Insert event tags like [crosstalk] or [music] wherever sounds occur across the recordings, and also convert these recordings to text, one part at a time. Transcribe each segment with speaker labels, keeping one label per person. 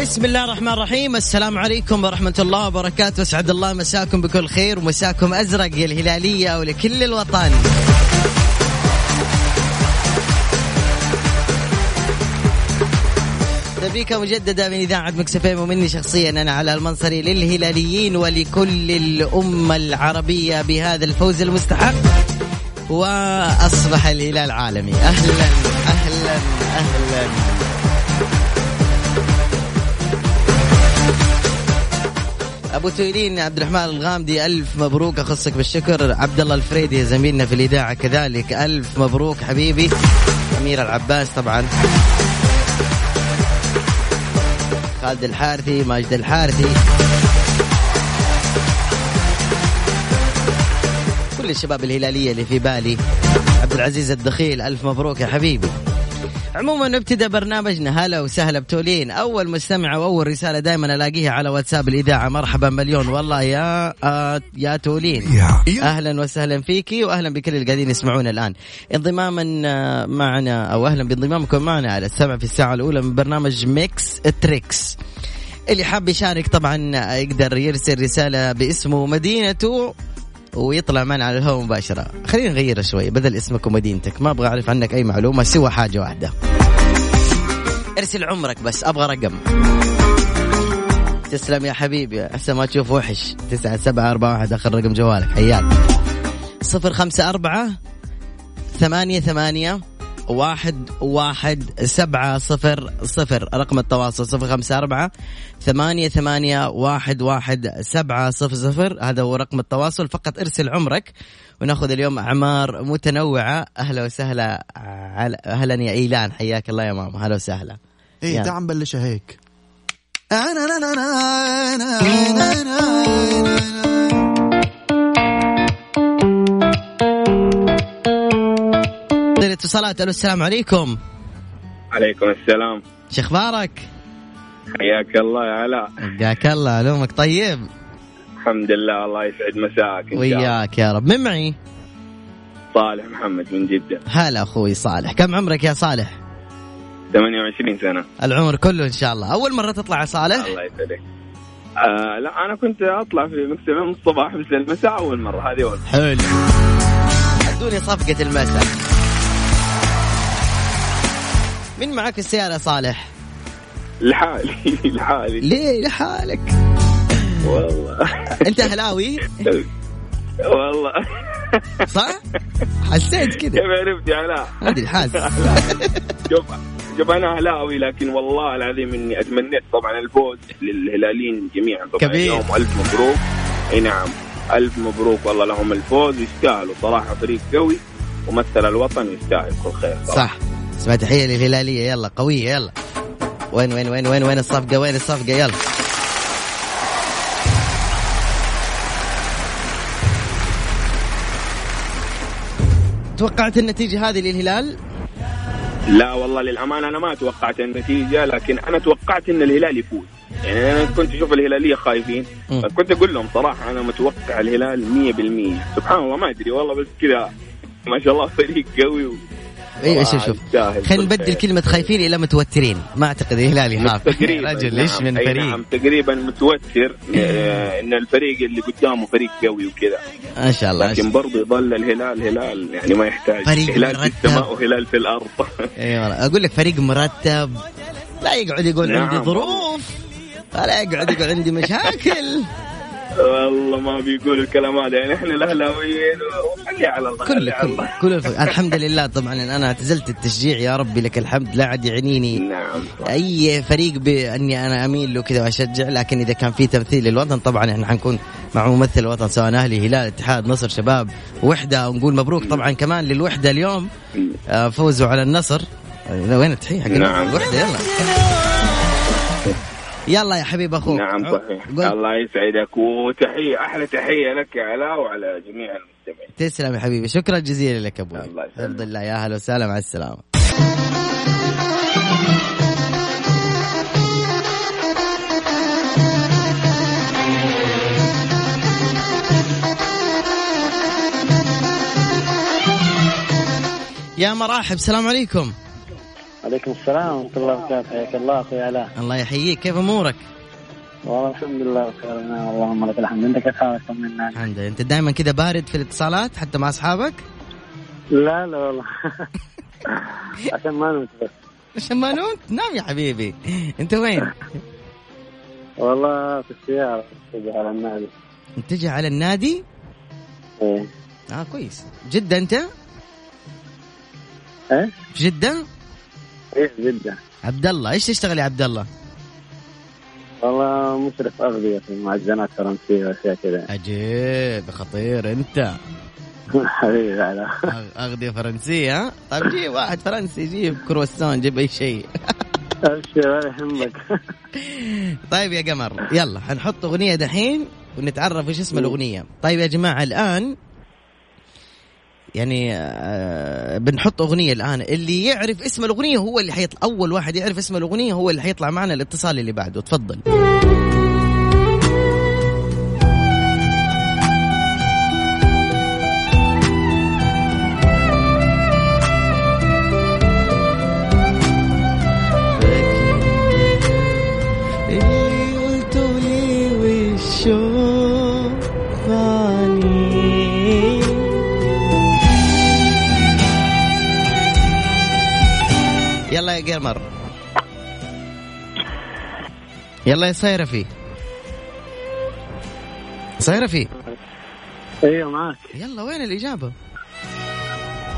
Speaker 1: بسم الله الرحمن الرحيم السلام عليكم ورحمة الله وبركاته أسعد الله مساكم بكل خير ومساكم أزرق الهلالية ولكل الوطن تبيكة مجددة من إذاعة مكسفين ومني شخصيا أنا على المنصري للهلاليين ولكل الأمة العربية بهذا الفوز المستحق وأصبح الهلال عالمي أهلا أهلا أهلا ابو تويلين عبد الرحمن الغامدي الف مبروك اخصك بالشكر عبد الله الفريدي زميلنا في الاذاعه كذلك الف مبروك حبيبي امير العباس طبعا خالد الحارثي ماجد الحارثي كل الشباب الهلاليه اللي في بالي عبد العزيز الدخيل الف مبروك يا حبيبي عموما نبتدى برنامجنا هلا وسهلا بتولين اول مستمعه واول رساله دائما الاقيها على واتساب الاذاعه مرحبا مليون والله يا آه يا تولين
Speaker 2: يا
Speaker 1: اهلا وسهلا فيكي واهلا بكل اللي قاعدين يسمعونا الان انضماما آه، معنا او اهلا بانضمامكم معنا على السبع في الساعه الاولى من برنامج ميكس تريكس اللي حاب يشارك طبعا يقدر يرسل رساله باسمه ومدينته ويطلع معنا على الهواء مباشره خلينا نغيرها شوي بدل اسمك ومدينتك ما ابغى اعرف عنك اي معلومه سوى حاجه واحده ارسل عمرك بس ابغى رقم تسلم يا حبيبي عسى ما تشوف وحش تسعة سبعة أربعة واحد آخر رقم جوالك حياك صفر خمسة أربعة ثمانية ثمانية واحد واحد سبعة صفر صفر رقم التواصل صفر خمسة أربعة ثمانية ثمانية واحد واحد سبعة صفر صفر هذا هو رقم التواصل فقط ارسل عمرك وناخذ اليوم أعمار متنوعة أهلا وسهلا على- أهلا يا إيلان حياك الله يا ماما هلا وسهلا
Speaker 2: ايه
Speaker 1: يلا.
Speaker 2: تعال نبلشها هيك أنا- أنا- أنا- أنا- أنا- أنا- أنا- أنا.
Speaker 1: طيب اتصالات ألو السلام عليكم
Speaker 3: عليكم السلام
Speaker 1: شخبارك
Speaker 3: حياك الله يا علاء
Speaker 1: حياك الله الومك طيب
Speaker 3: الحمد لله الله يسعد مساك إن شاء الله.
Speaker 1: وياك يا رب من معي
Speaker 3: صالح محمد من جدة
Speaker 1: هلا اخوي صالح كم عمرك يا صالح
Speaker 3: 28 سنة
Speaker 1: العمر كله ان شاء الله اول مره تطلع يا صالح
Speaker 3: الله يسعدك آه لا انا كنت اطلع في مكتب من الصباح مثل المساء اول مره هذه اول مرة.
Speaker 1: حلو ادوني صفقه المساء مين معك في السياره يا صالح
Speaker 3: لحالي [laughs] لحالي
Speaker 1: ليه لحالك
Speaker 3: والله
Speaker 1: انت هلاوي
Speaker 3: والله [laughs]
Speaker 1: صح حسيت
Speaker 3: كيف
Speaker 1: كذا
Speaker 3: عرفت يا علاء؟
Speaker 1: ما ادري حاسس
Speaker 3: شوف شوف انا هلاوي لكن والله العظيم اني اتمنيت طبعا الفوز للهلاليين جميعا طبعا
Speaker 1: كبير.
Speaker 3: اليوم الف مبروك اي نعم الف مبروك والله لهم الفوز يستاهلوا صراحه فريق قوي ومثل الوطن ويستاهل كل خير صراحة.
Speaker 1: صح اسمع تحيه للهلاليه يلا قويه يلا وين وين وين وين وين الصفقه وين الصفقه يلا توقعت النتيجه هذه للهلال
Speaker 3: لا والله للامانه انا ما توقعت النتيجه لكن انا توقعت ان الهلال يفوز يعني انا كنت اشوف الهلاليه خايفين
Speaker 1: مم.
Speaker 3: كنت اقول لهم صراحه انا متوقع الهلال 100% سبحان الله ما ادري والله بس كذا ما شاء الله فريق قوي و...
Speaker 1: ايوه شوف
Speaker 3: والله
Speaker 1: شوف
Speaker 3: يستاهل
Speaker 1: خلينا
Speaker 3: كل
Speaker 1: نبدل
Speaker 3: خير.
Speaker 1: كلمه خايفين الى متوترين ما اعتقد الهلال يخاف
Speaker 3: تقريبا
Speaker 1: رجل ليش نعم. من
Speaker 3: أي
Speaker 1: فريق
Speaker 3: نعم تقريبا متوتر آه، ان الفريق اللي قدامه فريق قوي وكذا
Speaker 1: ما شاء الله
Speaker 3: لكن برضه يظل الهلال هلال يعني ما يحتاج
Speaker 1: فريق
Speaker 3: هلال في
Speaker 1: مرتب.
Speaker 3: السماء وهلال في الارض
Speaker 1: اي إيه، والله اقول لك فريق مرتب لا يقعد يقول
Speaker 3: نعم.
Speaker 1: عندي ظروف ولا يقعد يقول عندي مشاكل
Speaker 3: [laughs] والله ما بيقولوا الكلام هذا يعني احنا الاهلاويين خلي على الله
Speaker 1: كل
Speaker 3: خلي على
Speaker 1: كل
Speaker 3: الله.
Speaker 1: كل الفرق. الحمد لله طبعا إن انا اعتزلت التشجيع يا ربي لك الحمد لا عاد يعنيني
Speaker 3: نعم
Speaker 1: اي فريق باني انا اميل له كذا واشجع لكن اذا كان في تمثيل للوطن طبعا احنا حنكون مع ممثل الوطن سواء اهلي هلال اتحاد نصر شباب وحده ونقول مبروك طبعا كمان للوحده اليوم آه، فوزوا على النصر آه، وين التحيه حق
Speaker 3: نعم.
Speaker 1: الوحده يلا يلا يا حبيب اخوك
Speaker 3: نعم صحيح
Speaker 1: قول-
Speaker 3: الله يسعدك وتحيه احلى تحيه لك يا علاء وعلى جميع المستمعين
Speaker 1: تسلم يا حبيبي شكرا جزيلا لك ابوي
Speaker 3: الله يسلمك.
Speaker 1: الحمد لله يا اهلا وسهلا مع السلامه يا مراحب السلام عليكم
Speaker 4: عليكم السلام ورحمة الله وبركاته حياك الله أخوي علاء
Speaker 1: الله يحييك كيف امورك؟
Speaker 4: والله الحمد لله بخير ونعم اللهم لك الحمد أنت كيف حالك طمنا عليك.
Speaker 1: الحمد لله انت دائما كذا بارد في الاتصالات حتى مع اصحابك
Speaker 4: لا لا [laughs] والله عشان ما نمت بس
Speaker 1: عشان ما نمت نام يا حبيبي انت
Speaker 3: [laughs]
Speaker 1: وين؟
Speaker 4: والله في السيارة اتجه على النادي
Speaker 1: متجه على النادي؟
Speaker 4: إيه
Speaker 1: اه كويس جدة انت؟
Speaker 4: إيه
Speaker 1: في جدة؟
Speaker 4: إيه جدا
Speaker 1: عبد الله ايش تشتغل يا عبد الله؟
Speaker 4: والله مشرف أغذية في معجنات فرنسية وأشياء كذا [laughs]
Speaker 1: عجيب خطير انت
Speaker 4: حبيبي علاء
Speaker 1: [laughs] أغ- اغذية فرنسية ها؟ طيب جيب واحد فرنسي جيب كروسون جيب اي شيء
Speaker 4: أبشر ولا يهمك
Speaker 1: طيب يا قمر يلا حنحط اغنيه دحين ونتعرف ايش اسم الاغنيه طيب يا جماعه الان يعني آه، بنحط اغنيه الان اللي يعرف اسم الاغنيه هو اللي حيطلع اول واحد يعرف اسم الاغنيه هو اللي حيطلع معنا الاتصال اللي بعده تفضل اللي قلته لي والشوق ضاني يلا يا قمر يلا يا صيرفي صيرفي
Speaker 4: أيوه معك
Speaker 1: يلا وين الإجابة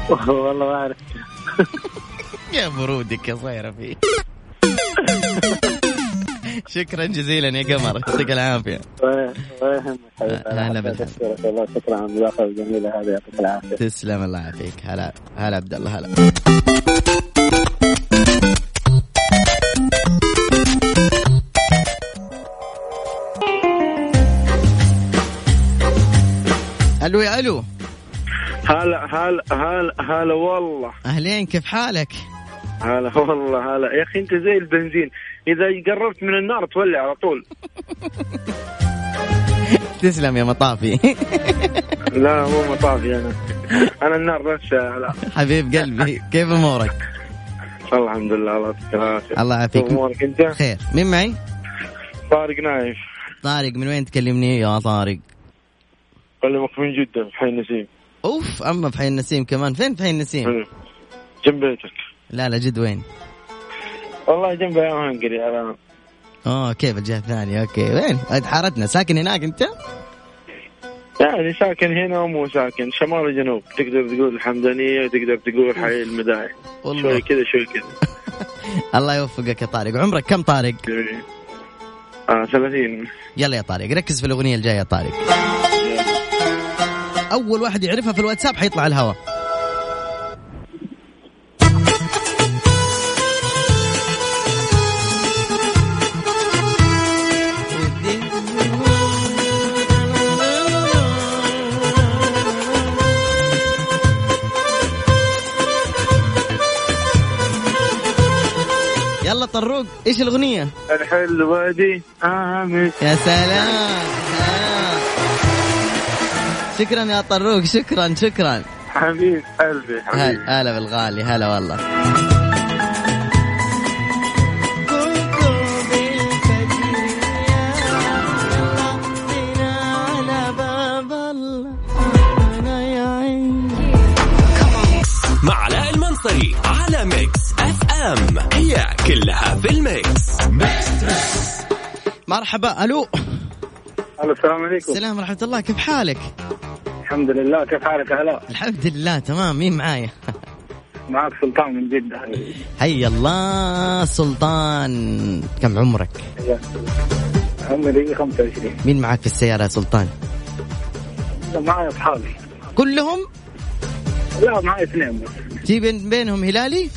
Speaker 4: والله ما أعرف
Speaker 1: يا برودك يا [laughs] صيرفي شكرا جزيلا يا قمر يعطيك العافية
Speaker 4: ولا ولا يهمك حبيبي
Speaker 1: لا، لا، بالعافية.
Speaker 4: أشكرك والله شكرا على المداخلة الجميلة هذه يعطيك العافية
Speaker 1: تسلم الله يعافيك هلا هلا عبد الله هلا الو يا الو
Speaker 2: هلا هلا هلا هلا والله
Speaker 1: اهلين كيف حالك؟
Speaker 2: هلا والله هلا يا اخي انت زي البنزين اذا قربت من النار تولع على طول
Speaker 1: تسلم يا مطافي
Speaker 2: لا مو مطافي انا انا النار نفسها لا
Speaker 1: [laughs] حبيب قلبي كيف امورك؟
Speaker 2: الحمد لله الله يعطيك العافيه
Speaker 1: الله يعافيك
Speaker 2: امورك انت
Speaker 1: خير مين معي؟
Speaker 2: طارق نايف
Speaker 1: طارق من وين تكلمني يا طارق؟
Speaker 2: اكلمك من جده في حي نسيم
Speaker 1: اوف اما في حي النسيم كمان فين في حي النسيم؟
Speaker 2: جنب بيتك
Speaker 1: لا لا جد وين؟
Speaker 2: والله جنب يا هنقري انا
Speaker 1: اه كيف الجهه الثانيه اوكي وين أنت حارتنا ساكن هناك انت
Speaker 2: يعني ساكن هنا ومو ساكن شمال وجنوب تقدر تقول الحمدانيه وتقدر تقول حي المداعي شوي
Speaker 1: والله
Speaker 2: كذا شوي كذا
Speaker 1: الله يوفقك يا طارق عمرك كم طارق
Speaker 2: آه 30
Speaker 1: يلا يا طارق ركز في الاغنيه الجايه يا طارق اول واحد يعرفها في الواتساب حيطلع على الهواء يلا طروق ايش الاغنيه
Speaker 2: الحلوه دي عامل
Speaker 1: يا سلام سلام. شكرا يا طروق شكرا شكرا
Speaker 2: حبيب قلبي حبيبي
Speaker 1: هلا هلا بالغالي هلا والله
Speaker 5: مع علاء المنصري على ميكس اف ام هي كلها في الميكس
Speaker 1: مرحبا الو
Speaker 4: الو السلام عليكم
Speaker 1: السلام ورحمه الله كيف حالك؟
Speaker 4: الحمد لله كيف حالك علاء
Speaker 1: الحمد لله تمام مين معايا؟ [laughs]
Speaker 4: معك سلطان من جدة حبيبي
Speaker 1: هيا الله سلطان كم عمرك؟
Speaker 4: حياك الله. عمري 25
Speaker 1: مين معك في السياره يا سلطان؟
Speaker 4: معي اصحابي
Speaker 1: كلهم؟
Speaker 4: لا معي اثنين بس
Speaker 1: في بين بينهم هلالي؟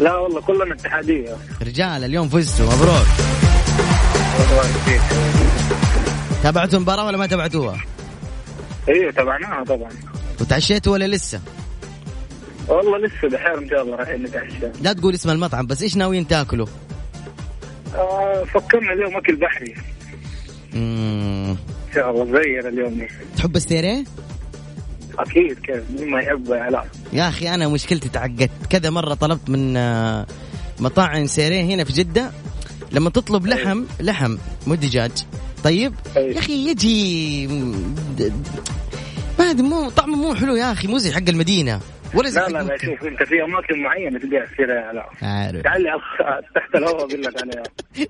Speaker 4: لا والله كلنا اتحاديه
Speaker 1: رجال اليوم فزتوا مبروك
Speaker 4: الله يهديك.
Speaker 1: تابعتوا المباراة ولا ما تابعتوها؟
Speaker 4: ايوه تبعناها طبعا
Speaker 1: وتعشيتوا ولا لسه؟
Speaker 4: والله لسه دحين ان شاء الله رايحين نتعشى
Speaker 1: لا تقول اسم المطعم بس ايش ناويين تاكلوا؟
Speaker 4: آه فكرنا اليوم اكل بحري
Speaker 1: مم.
Speaker 4: ان شاء الله نغير اليوم
Speaker 1: تحب السيري؟
Speaker 4: اكيد كيف مين ما يحب علاء
Speaker 1: يا اخي انا مشكلتي تعقدت كذا مره طلبت من آه، مطاعم سيرين هنا في جده لما تطلب لحم لحم مو دجاج طيب
Speaker 4: أيوة.
Speaker 1: يا اخي يجي م- د- د- ما ادري مو طعمه مو حلو يا اخي مو زي حق المدينه ولا زي
Speaker 4: لا
Speaker 1: حق
Speaker 4: لا لا
Speaker 1: مكة.
Speaker 4: شوف انت في اماكن معينه تبيع السيره يا علاء
Speaker 1: عارف
Speaker 4: تعالي أخ- تحت الهواء اقول لك عليها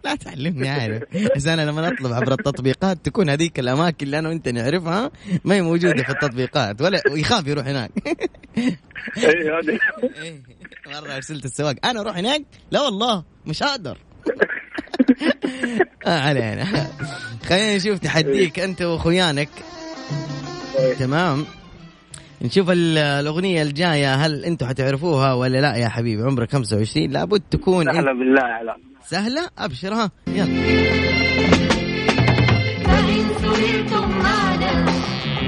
Speaker 1: لا تعلمني عارف بس انا لما اطلب عبر التطبيقات تكون هذيك الاماكن اللي انا وانت نعرفها ما هي موجوده في التطبيقات ولا يخاف يروح هناك
Speaker 4: اي هذه
Speaker 1: إيه، مره ارسلت السواق انا اروح هناك لا والله مش هقدر ما علينا خلينا نشوف تحديك انت واخوانك تمام نشوف ال- الأغنية الجاية هل أنتم حتعرفوها ولا لا يا حبيبي عمرك 25 لابد تكون أنت-
Speaker 4: احلى بالله يا علاء
Speaker 1: سهلة أبشر ها يلا
Speaker 6: فإن سررتم معنا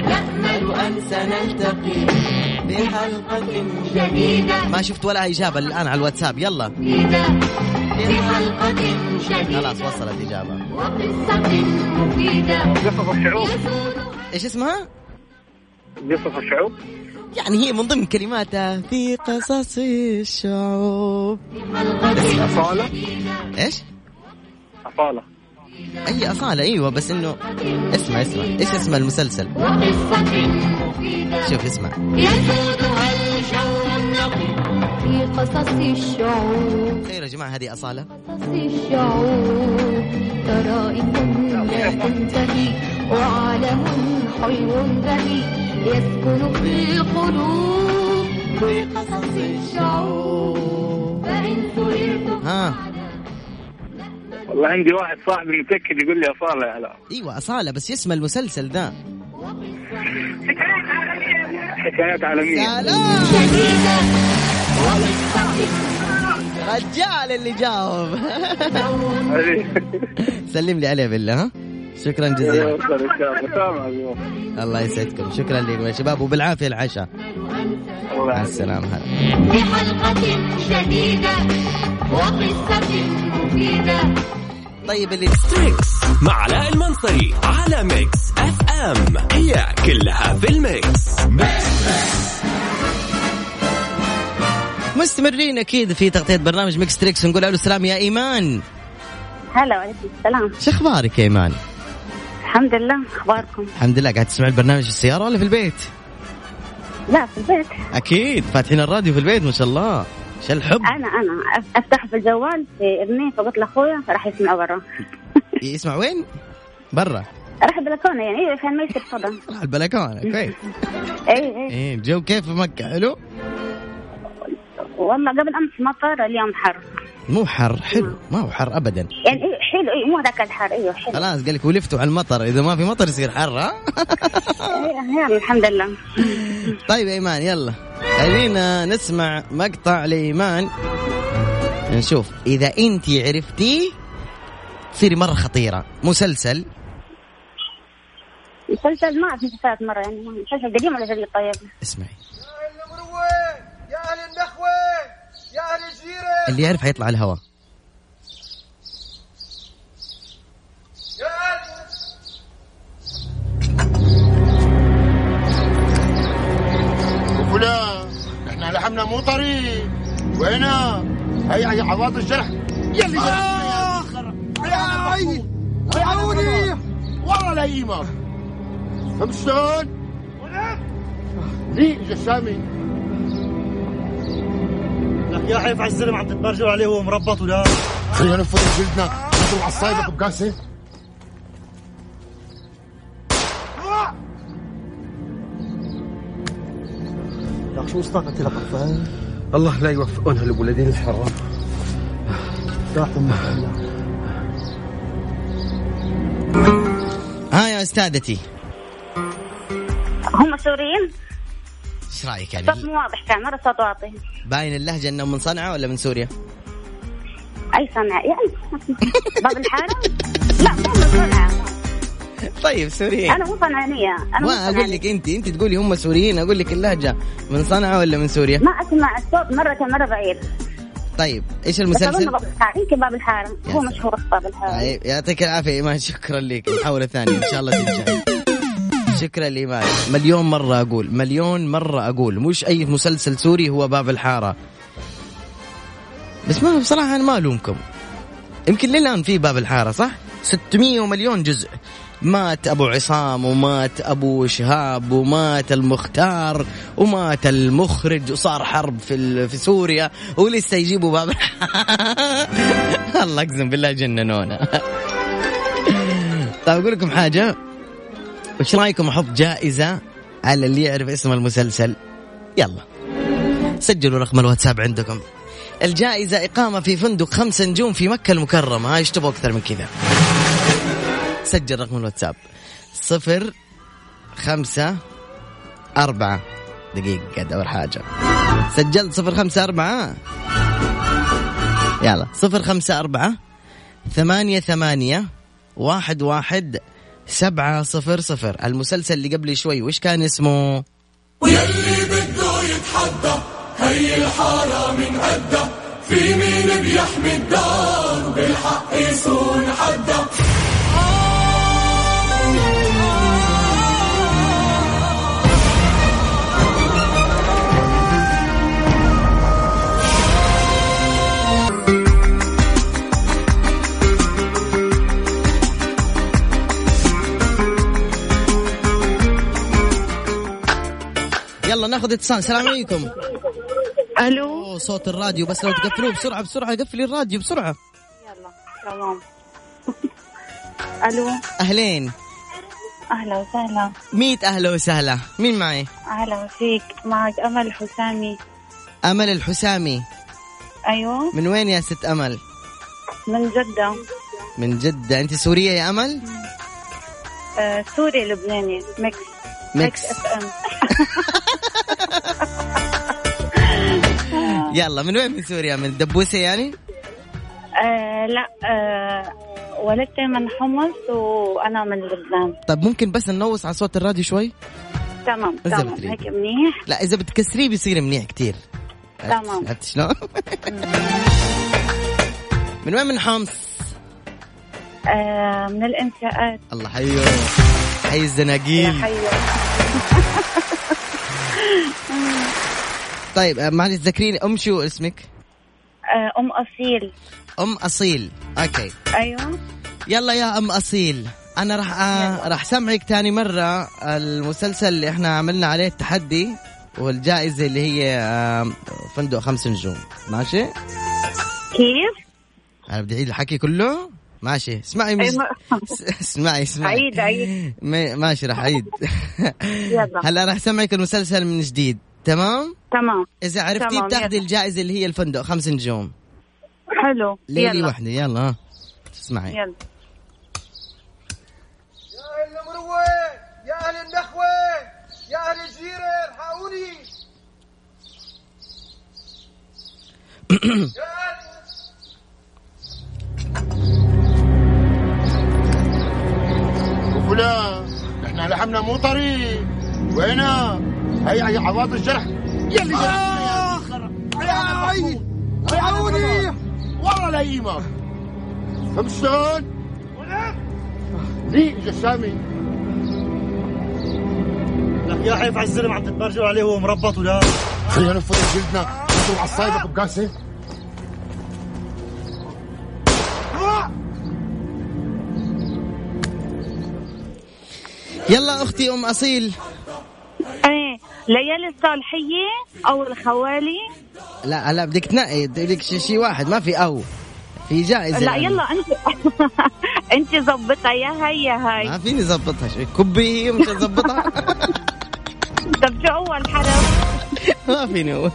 Speaker 6: نأمل أن سنلتقي بحلقة جديدة
Speaker 1: ما شفت ولا إجابة الآن على الواتساب يلا
Speaker 6: جديدة بحلقة جديدة
Speaker 1: خلاص وصلت إجابة
Speaker 6: وقصة مفيدة
Speaker 4: قصص الشعوب
Speaker 6: يزورها
Speaker 1: إيش اسمها؟
Speaker 4: قصص الشعوب
Speaker 1: يعني هي من ضمن كلماتها في قصص الشعوب
Speaker 6: بحلقة
Speaker 4: أصالة
Speaker 1: إيش؟
Speaker 4: أصالة
Speaker 1: أي أصالة أيوة بس إنه اسمع اسمع إيش اسم المسلسل؟
Speaker 6: وقصة مفيدة
Speaker 1: شوف اسمع
Speaker 6: يسودها الجو النقي في قصص الشعوب
Speaker 1: خير يا جماعة هذه أصالة
Speaker 6: قصص الشعوب ترى إنه لا تنتهي وعالم حلو ذهي يسكن في القلوب في قصص الشعوب فإن سررتم
Speaker 1: ها
Speaker 4: والله عندي واحد صاحبي متأكد يقول لي أصالة يا علاء
Speaker 1: أيوة أصالة بس اسم المسلسل ذا
Speaker 4: حكايات عالمية
Speaker 1: سلام
Speaker 6: جديدة
Speaker 1: رجال اللي جاوب
Speaker 4: إيه.
Speaker 1: سلم لي عليه بالله ها شكرا جزيلا
Speaker 4: يوصل إن شاء الله سامع اليوم.
Speaker 1: الله يسعدكم شكرا لكم يا شباب وبالعافيه العشاء
Speaker 4: الله
Speaker 1: مع
Speaker 4: يعافيك.
Speaker 1: السلامه هلا
Speaker 6: بحلقة جديدة وقصة مفيدة
Speaker 1: طيب اللي
Speaker 5: تريكس مع علاء المنصري على ميكس اف ام هي كلها في الميكس
Speaker 1: مستمرين اكيد في تغطيه برنامج ميكس تريكس نقول الو السلام يا ايمان
Speaker 7: هلا وعليكم السلام
Speaker 1: شو اخبارك يا ايمان؟
Speaker 7: الحمد لله اخباركم
Speaker 1: الحمد لله قاعد تسمع البرنامج في السياره ولا في البيت؟
Speaker 7: لا في البيت
Speaker 1: اكيد فاتحين الراديو في البيت ما شاء الله شو الحب
Speaker 7: انا انا أف- افتح في الجوال في اذني فقلت لاخويا فراح يسمع برا
Speaker 1: يسمع وين؟ برا
Speaker 7: راح بلكونه يعني إيه، عشان ما يصير صدى
Speaker 1: على البلكونه
Speaker 7: [laughs]
Speaker 1: كويس
Speaker 7: اي اي
Speaker 1: ايه الجو كيف في مكه حلو؟
Speaker 7: والله قبل امس مطر اليوم حر
Speaker 1: مو حر حلو ما هو حر ابدا
Speaker 7: يعني إيه حلو اي مو ذاك الحر ايوه حلو
Speaker 1: خلاص قال لك ولفتوا على المطر اذا ما في مطر يصير حر ها
Speaker 7: إيه، يلا الحمد لله
Speaker 1: طيب يا ايمان يلا خلينا نسمع مقطع لايمان نشوف اذا انت عرفتيه تصيري مره خطيره مسلسل
Speaker 7: مسلسل ما في كفايه مره يعني مسلسل قديم ولا جديد طيب
Speaker 1: اسمعي
Speaker 8: أهل المروة يا أهل النخوة يا أهل الجيرة
Speaker 1: اللي يعرف حيطلع على الهواء
Speaker 8: يا أهل وفلان احنا لحمنا مو طريق وهنا هي هي عضلات الجرح يلي آخر يا عيني يا عوني والله لئيمة فهمت شلون؟ لي جسامي
Speaker 9: لك يا حيف على الزلم عم تتبرجوا عليه وهو مربط ولا
Speaker 8: خلينا نفوت جلدنا نضرب على الصايبك بكاسه
Speaker 9: لك شو استطعت لك عرفان؟
Speaker 8: الله لا يوفقنا للولدين الحرام
Speaker 9: راح امك
Speaker 1: ها يا استاذتي
Speaker 7: هم سوريين
Speaker 1: ايش رايك
Speaker 7: الصوت
Speaker 1: يعني
Speaker 7: مو واضح كان مره صوت واطي
Speaker 1: باين اللهجه انه من صنعاء ولا من
Speaker 7: [laughs]
Speaker 1: سوريا
Speaker 7: اي صنع يعني [laughs] باب الحاره لا مو من صنعاء
Speaker 1: طيب سوريين
Speaker 7: انا مو صنعانيه انا مو
Speaker 1: ما اقول
Speaker 7: صنعانية.
Speaker 1: لك انت انت تقولي هم سوريين اقول لك اللهجه من صنعاء ولا من سوريا
Speaker 7: ما اسمع الصوت مره كان مره بعيد
Speaker 1: طيب ايش
Speaker 7: بس اظن
Speaker 1: المسلسل
Speaker 7: باب الحاره يمكن باب الحاره
Speaker 1: يا
Speaker 7: هو
Speaker 1: سلام.
Speaker 7: مشهور باب الحاره
Speaker 1: طيب يعطيك العافيه ايمان شكرا لك المحاوله الثانيه ان شاء الله تنجح شكرا لإيمان مليون مرة أقول مليون مرة أقول مش أي مسلسل سوري هو باب الحارة بس ما بصراحة أنا ما ألومكم يمكن للآن في باب الحارة صح 600 ومليون جزء مات أبو عصام ومات أبو شهاب ومات المختار ومات المخرج وصار حرب في ال- في سوريا ولسه يجيبوا باب الحارة [laughs] الله أقسم بالله جننونا طيب أقول لكم حاجة وش رايكم احط جائزه على اللي يعرف اسم المسلسل يلا سجلوا رقم الواتساب عندكم الجائزة إقامة في فندق خمسة نجوم في مكة المكرمة ايش تبغوا أكثر من كذا سجل رقم الواتساب صفر خمسة أربعة دقيقة قاعد أول حاجة سجلت صفر خمسة أربعة يلا صفر خمسة أربعة ثمانية ثمانية واحد واحد سبعة صفر صفر المسلسل اللي قبل شوي وش كان اسمه يلا ناخذ اتصال السلام عليكم
Speaker 7: الو
Speaker 1: أوه صوت الراديو بس لو تقفلوه بسرعة بسرعة قفلي الراديو بسرعة
Speaker 7: يلا سلام [laughs] الو
Speaker 1: أهلين
Speaker 7: اهلا وسهلا
Speaker 1: ميت أهلا وسهلا مين معي
Speaker 7: اهلا فيك معك امل حسامي
Speaker 1: أمل الحسامي
Speaker 7: ايوه
Speaker 1: من وين يا ست أمل
Speaker 7: من جده
Speaker 1: من جدة أنت سورية يا أمل
Speaker 7: آه سوري لبناني ميكس
Speaker 1: ميكس.
Speaker 7: اف ام
Speaker 1: يلا من وين من سوريا من الدبوسة يعني
Speaker 7: آه لا آه والدتي من حمص وانا من لبنان
Speaker 1: طب طيب، ممكن بس ننوص على صوت الراديو شوي
Speaker 7: تمام
Speaker 1: إذا
Speaker 7: تمام
Speaker 1: بتريد.
Speaker 7: هيك منيح
Speaker 1: لا إذا بتكسريه بيصير منيع كتير عرفت-
Speaker 7: تمام.
Speaker 1: عرفت شلون من وين من حمص
Speaker 7: آه من الانشاءات
Speaker 1: الله حيو حي
Speaker 7: يا
Speaker 1: الزناقيل
Speaker 7: حيو
Speaker 1: طيب آه، معلش ذكريني ام شو اسمك؟
Speaker 7: آه ام اصيل
Speaker 1: ام اصيل اوكي
Speaker 7: ايوه
Speaker 1: يلا يا ام اصيل انا راح آه راح سمعك تاني مره المسلسل اللي احنا عملنا عليه التحدي والجائزه اللي هي آه فندق خمس نجوم ماشي؟
Speaker 7: كيف؟
Speaker 1: انا بدي اعيد الحكي كله ماشي اسمعي مز...
Speaker 7: أيوة.
Speaker 1: [laughs] اسمعي اسمعي
Speaker 7: عيد عيد
Speaker 1: ما- ماشي راح اعيد
Speaker 7: يلا.
Speaker 1: هلا راح سمعك المسلسل من جديد تمام؟
Speaker 7: تمام
Speaker 1: اذا عرفتي
Speaker 7: تمام،
Speaker 1: بتاخذي
Speaker 7: يلا.
Speaker 1: الجائزه اللي هي الفندق خمس نجوم
Speaker 7: حلو
Speaker 1: ليلي
Speaker 7: يلا
Speaker 1: وحده يلا ها. تسمعي
Speaker 7: يلا
Speaker 8: يا أهل المروان يا أهل النخوة يا أهل الجيرة الحقوني يا أهل
Speaker 2: ولا احنا لحمنا مو طري وهنا هي هي عواطف الجرح يلي جرحنا عاوني والله لئيمة فهمت شلون؟ لي جسامي
Speaker 9: لك يا حيف على الزلم عم تتبرجل عليه وهو مربط ولا
Speaker 2: خلينا نفرد جلدنا نسوي على الصايدة بكاسة
Speaker 1: يلا اختي ام اصيل
Speaker 7: ايه ليالي الصالحية او الخوالي
Speaker 1: لا هلا بدك تنقي بدي لك شيء شي واحد ما في او في جائزه
Speaker 7: لا
Speaker 1: يعني.
Speaker 7: يلا [laughs] انت انت زبطها يا هاي يا هاي
Speaker 1: ما فيني زبطها شوي كبي هي مش زبطها
Speaker 7: طب شو اول حرف؟
Speaker 1: [laughs] ما فيني اقول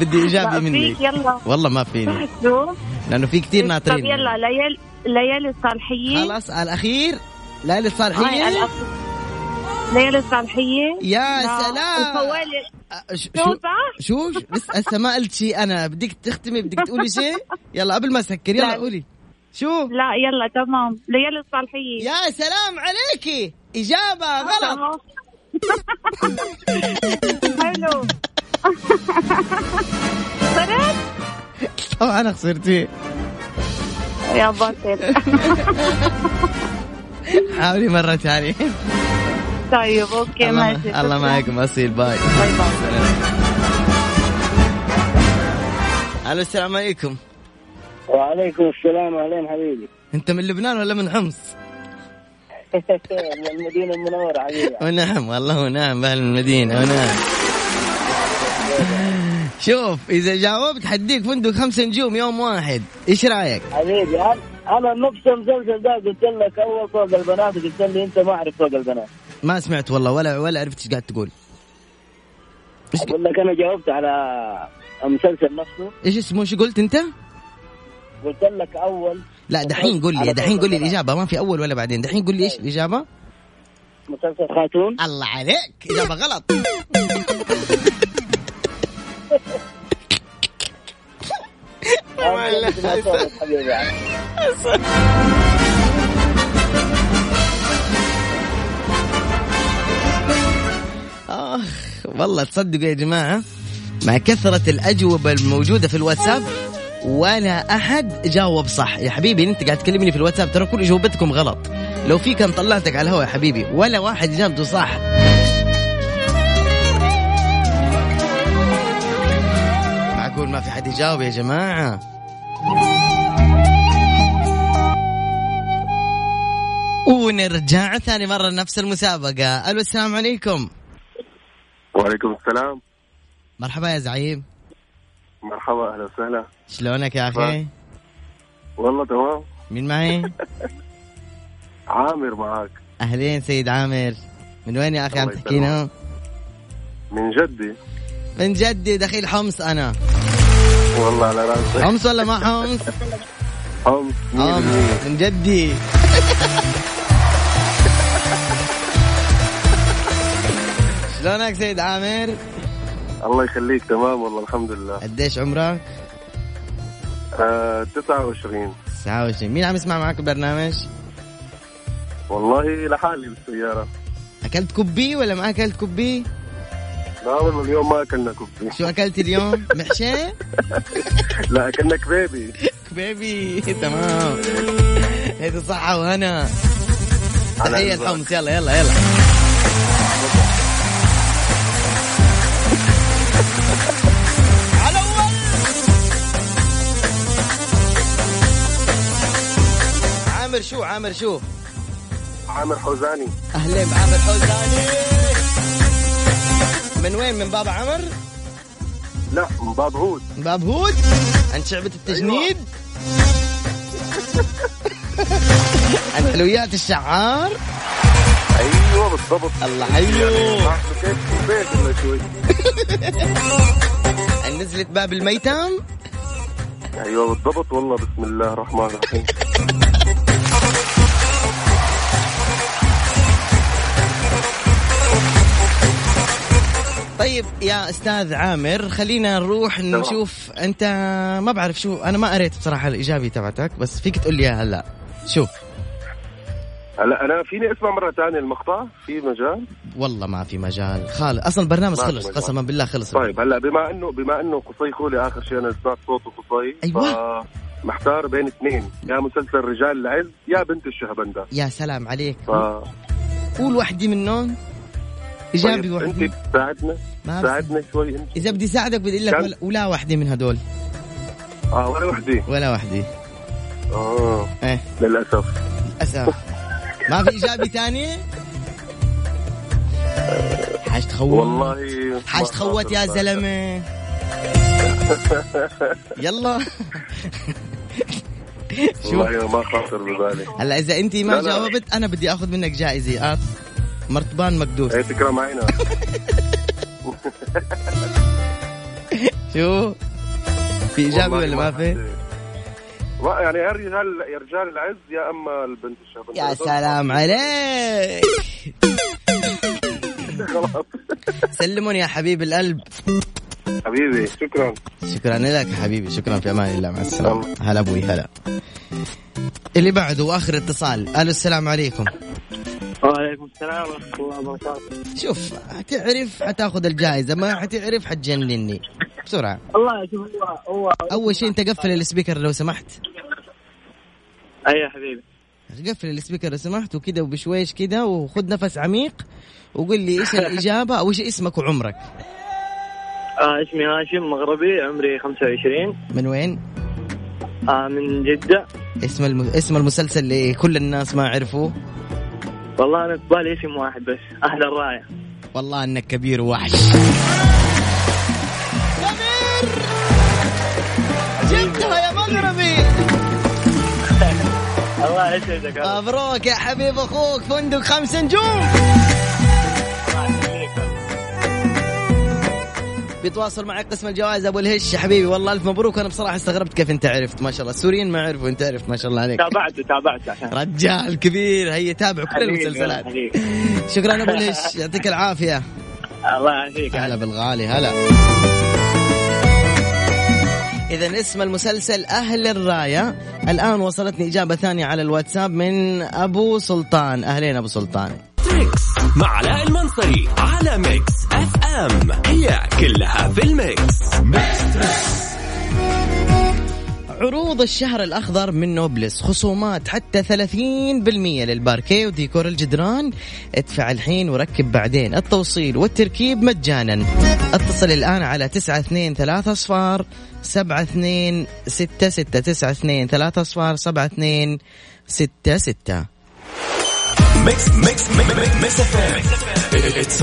Speaker 1: بدي اجابه
Speaker 7: لا،
Speaker 1: مني
Speaker 7: فيك، يلا.
Speaker 1: والله ما فيني
Speaker 7: شو؟
Speaker 1: لانه في كثير
Speaker 7: طب
Speaker 1: ناطرين
Speaker 7: يلا ليالي ليالي الصالحية
Speaker 1: خلاص الاخير ليالي
Speaker 7: هاي
Speaker 1: الصالحيه
Speaker 7: الأصل. ليالي الصالحية
Speaker 1: يا
Speaker 7: لا،
Speaker 1: سلام
Speaker 7: الخوالي
Speaker 1: أ- ش-
Speaker 7: شو
Speaker 1: أه، شو
Speaker 7: صح؟
Speaker 1: شو لسه هسه ما قلت شيء انا بدك تختمي بدك تقولي شيء يلا قبل ما اسكر يلا
Speaker 7: لا.
Speaker 1: قولي شو
Speaker 7: لا يلا تمام ليالي الصالحية
Speaker 1: يا سلام عليكي إجابة غلط
Speaker 7: أه،
Speaker 1: [laughs]
Speaker 7: تمام. [laughs] حلو [laughs] صرت؟
Speaker 1: طبعا أنا خسرت فيه
Speaker 7: يا باطل [laughs]
Speaker 1: حاولي مرة ثانية
Speaker 7: طيب اوكي
Speaker 1: الله,
Speaker 7: ماشي
Speaker 1: الله
Speaker 7: شكراً.
Speaker 1: معكم اصيل باي
Speaker 7: باي باي
Speaker 1: الو السلام عليكم
Speaker 4: وعليكم السلام اهلين حبيبي
Speaker 1: انت من لبنان ولا من حمص؟
Speaker 4: [laughs] من المدينه المنوره حبيبي
Speaker 1: ونعم نعم، والله ونعم باهل المدينة ونعم شوف إذا جاوبت حديك فندق خمس نجوم يوم واحد إيش رأيك؟
Speaker 4: حبيبي أنا- انا نفس المسلسل ده قلت لك اول فوق البنات قلت لي انت ما اعرف فوق البنات
Speaker 1: ما سمعت والله ولا ولا عرفت إيش قاعد تقول إيش
Speaker 4: اقول لك انا جاوبت على المسلسل نفسه
Speaker 1: إيش اسمه إيش قلت أنت؟
Speaker 4: قلت لك اول
Speaker 1: لا دحين قول لي
Speaker 4: على
Speaker 1: دحين قول لي
Speaker 4: فوق البنات.
Speaker 1: الإجابة ما في أول ولا بعدين دحين قول لي إيش الإجابة؟
Speaker 4: مسلسل خاتون
Speaker 1: الله عليك إجابة غلط
Speaker 4: أنا قلت لك فوق حبيبي
Speaker 1: اخ والله تصدقوا يا جماعه مع كثره الاجوبه الموجوده في الواتساب ولا احد جاوب صح يا حبيبي انت قاعد تكلمني في الواتساب ترى كل اجوبتكم غلط لو في كان طلعتك على الهواء يا حبيبي ولا واحد اجابته صح معقول ما في حد يجاوب يا جماعه ونرجع ثاني مرة لنفس المسابقة ألو السلام عليكم
Speaker 2: وعليكم السلام
Speaker 1: مرحبا يا زعيم
Speaker 2: مرحبا اهلا وسهلا
Speaker 1: شلونك يا أخي
Speaker 2: مرحبا. والله تمام
Speaker 1: مين
Speaker 2: [laughs]
Speaker 1: معي
Speaker 2: عامر معاك
Speaker 1: أهلين سيد عامر من وين يا أخي عم
Speaker 2: الله
Speaker 1: تحكينا
Speaker 2: من جدي
Speaker 1: من جدي دخيل حمص أنا
Speaker 2: والله على راسك
Speaker 1: حمص ولا ما
Speaker 2: [laughs]
Speaker 1: حمص
Speaker 2: حمص
Speaker 1: حمص من
Speaker 2: [laughs]
Speaker 1: جدي شلونك سيد عامر
Speaker 2: الله يخليك تمام والله الحمد لله آه،
Speaker 1: قديش عمرك
Speaker 2: 29
Speaker 1: 29 مين عم يسمع معك البرنامج
Speaker 2: والله لحالي بالسيارة
Speaker 1: أكلت كبي ولا ما أكلت كبي
Speaker 2: لا والله اليوم ما أكلنا كبدة
Speaker 1: شو أكلت اليوم محشي
Speaker 2: [laughs] لا أكلنا كبيبي
Speaker 1: بيبي [laughs] تمام هذه صحة وهنا تحية
Speaker 2: رزقك.
Speaker 1: الحمص يلا يلا يلا على أول. عامر شو عامر شو
Speaker 2: عامر حوزاني
Speaker 1: اهلين بعامر حوزاني من وين من باب عمر
Speaker 2: لا من باب أيوة. عود
Speaker 1: من باب هود عند شعبة التجنيد عند حلويات الشعار
Speaker 2: أيوه بالضبط يعني
Speaker 1: الله أيوه. حيو
Speaker 2: راح بكيت في البيت ولا
Speaker 1: [laughs]
Speaker 2: شوي
Speaker 1: عند نزلة يعني باب الميتم
Speaker 2: أيوه بالضبط والله بسم الله الرحمن الرحيم
Speaker 1: طيب يا استاذ عامر خلينا نروح نشوف انت ما بعرف شو انا ما قريت بصراحه الايجابي تبعتك بس فيك تقول لي إياها هلا شو
Speaker 2: هلا أنا فيني أسمع مرة ثانية المقطع في مجال
Speaker 1: والله ما في مجال خالص اصلا البرنامج
Speaker 2: ما في
Speaker 1: خلص
Speaker 2: مجال.
Speaker 1: قسما بالله خلص
Speaker 2: طيب هلا بما انه بما انه قصي خولي اخر شيء انا سمعت صوته قصي
Speaker 1: أيوة.
Speaker 2: محتار بين اثنين يا مسلسل رجال العز يا بنت الشهبندة
Speaker 1: يا سلام عليك
Speaker 2: ف
Speaker 1: قول وحده منهم ايجابي
Speaker 2: طيب
Speaker 1: وحده
Speaker 2: انت بتساعدنا
Speaker 1: ما بس-
Speaker 2: ساعدنا شوي انت
Speaker 1: اذا بدي اساعدك بدي اقول لك
Speaker 2: كم؟
Speaker 1: ولا, ولا وحده من هدول
Speaker 2: اه ولا وحدي
Speaker 1: ولا وحده
Speaker 2: اه
Speaker 1: ايه
Speaker 2: للاسف
Speaker 1: للاسف ما في ايجابي ثاني حاج تخوت
Speaker 2: والله ما
Speaker 1: حاج تخوت يا
Speaker 2: خاطر.
Speaker 1: زلمه
Speaker 2: [laughs]
Speaker 1: يلا شوف
Speaker 2: والله ما خاطر ببالي
Speaker 1: هلا اذا انت
Speaker 2: لا،
Speaker 1: ما
Speaker 2: لا.
Speaker 1: جاوبت انا بدي اخذ منك جائزه آه. مرتبان مكدوس
Speaker 2: هي فكره معينه
Speaker 1: [laughs] شو في ايجابي
Speaker 2: والله
Speaker 1: ولا ما في؟
Speaker 2: حد- ما يعني يا رجال يا رجال العز يا اما البنت الشهبندة
Speaker 1: يا
Speaker 2: هذول
Speaker 1: سلام عليك
Speaker 2: خلاص
Speaker 1: سلموني يا حبيب القلب
Speaker 2: حبيبي شكرا
Speaker 1: شكرا لك حبيبي شكرا في امان الله مع السلامه
Speaker 2: الله.
Speaker 1: هلا ابوي هلا اللي بعده واخر اتصال الو السلام عليكم
Speaker 4: وعليكم السلام ورحمه الله وبركاته
Speaker 1: شوف حتعرف حتاخذ الجائزه ما حتعرف حتجنني بسرعه
Speaker 4: والله شوف هو هو
Speaker 1: اول شيء انت قفل السبيكر لو سمحت
Speaker 4: اي يا حبيبي
Speaker 1: قفل السبيكر لو سمحت وكده وبشويش كده وخذ نفس عميق وقول لي ايش الاجابه او ايش اسمك وعمرك
Speaker 4: آه اسمي هاشم مغربي عمري 25
Speaker 1: من وين
Speaker 4: آه من جدة
Speaker 1: اسم الم... اسم المسلسل اللي كل الناس ما عرفوه
Speaker 4: والله أنا في بالي اسم واحد بس أهل الراية
Speaker 1: والله انك كبير ووحش جبتها يا مغربي
Speaker 4: [laughs] الله يسعدك الله
Speaker 1: مبروك يا حبيب اخوك فندق خمس نجوم
Speaker 4: يخليك.
Speaker 1: بيتواصل معك قسم الجوائز ابو الهش يا حبيبي والله الف مبروك انا بصراحه استغربت كيف انت عرفت ما شاء الله السوريين ما عرفوا انت عرفت ما شاء الله عليك
Speaker 4: تابعته تابعته عشان
Speaker 1: رجال كبير هي تابع كل
Speaker 4: حبيبي،
Speaker 1: المسلسلات
Speaker 4: حبيبي.
Speaker 1: شكرا ابو الهش يعطيك العافيه
Speaker 4: آه، الله يعافيك
Speaker 1: هلا بالغالي هلا إذا اسم المسلسل أهل الراية الآن وصلتني إجابة ثانية على الواتساب من أبو سلطان أهلين أبو سلطان
Speaker 5: تريكس مع علاء المنصري على ميكس اف ام هي كلها في الميكس
Speaker 1: عروض الشهر الأخضر من نوبلس خصومات حتى 30% للباركيه وديكور الجدران ادفع الحين وركب بعدين التوصيل والتركيب مجانا اتصل الآن على 923 أصفار 7266 923 أصفار 7266
Speaker 5: ميكس ميكس ميكس ميكس اف ام اتس